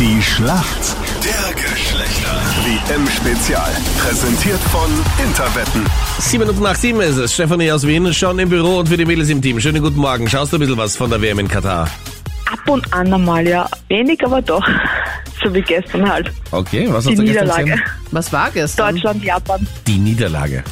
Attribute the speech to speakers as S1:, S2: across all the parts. S1: Die Schlacht der Geschlechter. WM-Spezial. Präsentiert von Interwetten.
S2: 7 Minuten nach 7 ist es. Stefanie aus Wien schon im Büro und für die Mädels im Team. Schönen guten Morgen. Schaust du ein bisschen was von der WM in Katar?
S3: Ab und an einmal, ja. Wenig, aber doch. So wie gestern halt.
S2: Okay, was
S3: Die
S2: hast du gestern
S3: Niederlage.
S2: gesehen?
S4: Was war gestern?
S3: Deutschland, Japan.
S2: Die Niederlage.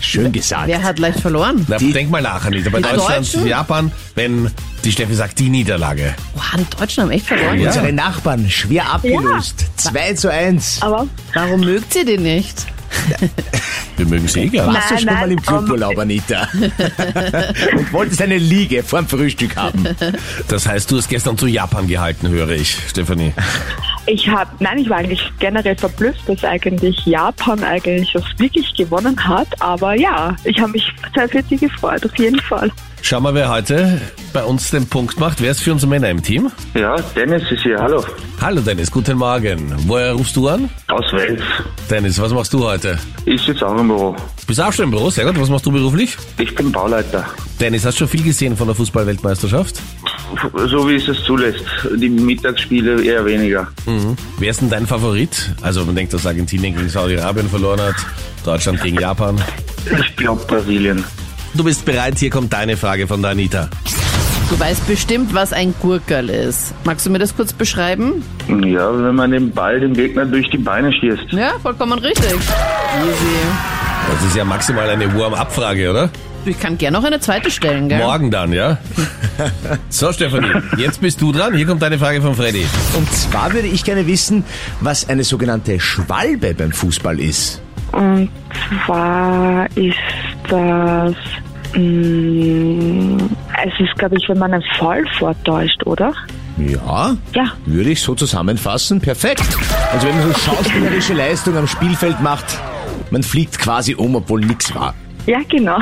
S2: schön gesagt.
S4: Wer hat leicht verloren?
S2: Na, denk mal nach, Anita. Bei
S4: Die
S2: Deutschland,
S4: Deutschen?
S2: Japan, wenn die Steffi sagt, die Niederlage.
S4: Boah, die Deutschen haben echt verloren.
S2: Ja.
S5: Unsere Nachbarn schwer abgelöst. 2 zu 1.
S3: Aber
S4: Warum mögt ihr den nicht?
S2: Wir mögen sie eh gern.
S5: Warst du schon
S3: nein,
S5: mal im
S3: ähm,
S5: Cluburlaub, Anita? Und wolltest eine Liege vorm Frühstück haben.
S2: Das heißt, du hast gestern zu Japan gehalten, höre ich, Stefanie.
S3: ich habe, nein, ich war eigentlich generell verblüfft, dass eigentlich Japan eigentlich das wirklich gewonnen hat. Aber ja, ich habe mich sehr für sie gefreut, auf jeden Fall.
S2: Schau mal, wer heute bei uns den Punkt macht. Wer ist für uns Männer im Team?
S6: Ja, Dennis ist hier, hallo.
S2: Hallo Dennis, guten Morgen. Woher rufst du an?
S6: Aus Wels.
S2: Dennis, was machst du heute?
S6: Ich sitze auch im Büro.
S2: Bist auch schon im Büro, sehr gut. Was machst du beruflich?
S6: Ich bin Bauleiter.
S2: Dennis, hast du schon viel gesehen von der Fußball-Weltmeisterschaft?
S6: So wie es es zulässt. Die Mittagsspiele eher weniger.
S2: Wer ist denn dein Favorit? Also man denkt, dass Argentinien gegen Saudi-Arabien verloren hat, Deutschland gegen Japan.
S6: Ich glaube Brasilien.
S2: Du bist bereit, hier kommt deine Frage von der Anita.
S4: Du weißt bestimmt, was ein Gurkerl ist. Magst du mir das kurz beschreiben?
S6: Ja, wenn man den Ball dem Gegner durch die Beine schießt.
S4: Ja, vollkommen richtig. Easy.
S2: Das ist ja maximal eine Warm-up-Frage, oder?
S4: Ich kann gerne noch eine zweite stellen, gell?
S2: Morgen dann, ja? So, Stefanie, jetzt bist du dran. Hier kommt deine Frage von Freddy.
S5: Und zwar würde ich gerne wissen, was eine sogenannte Schwalbe beim Fußball ist.
S3: Und zwar ist das. mm, Es ist, glaube ich, wenn man einen Fall vortäuscht, oder?
S5: Ja,
S3: Ja.
S5: würde ich so zusammenfassen. Perfekt. Also wenn man so schauspielerische Leistung am Spielfeld macht, man fliegt quasi um, obwohl nichts war.
S3: Ja, genau.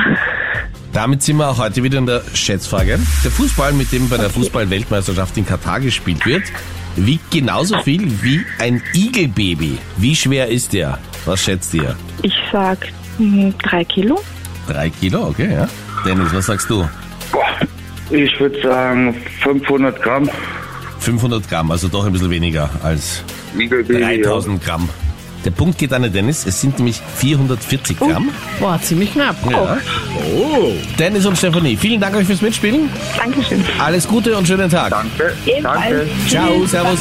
S2: Damit sind wir auch heute wieder in der Schätzfrage. Der Fußball, mit dem bei der Fußball-Weltmeisterschaft in Katar gespielt wird, wiegt genauso viel wie ein Igelbaby. Wie schwer ist der? Was schätzt ihr?
S3: Ich sag mm, drei Kilo.
S2: Drei Kilo, okay, ja. Dennis, was sagst du?
S6: Boah. Ich würde sagen 500 Gramm.
S2: 500 Gramm, also doch ein bisschen weniger als
S6: Igelbaby,
S2: 3000 Gramm. Der Punkt geht an den Dennis, es sind nämlich 440 Gramm.
S4: Boah, ziemlich knapp. Oh,
S2: Ja. Dennis und Stefanie, vielen Dank euch fürs Mitspielen.
S3: Dankeschön.
S2: Alles Gute und schönen Tag.
S6: Ja. Danke.
S3: Ebenfalls.
S6: Danke.
S2: Ciao, servus.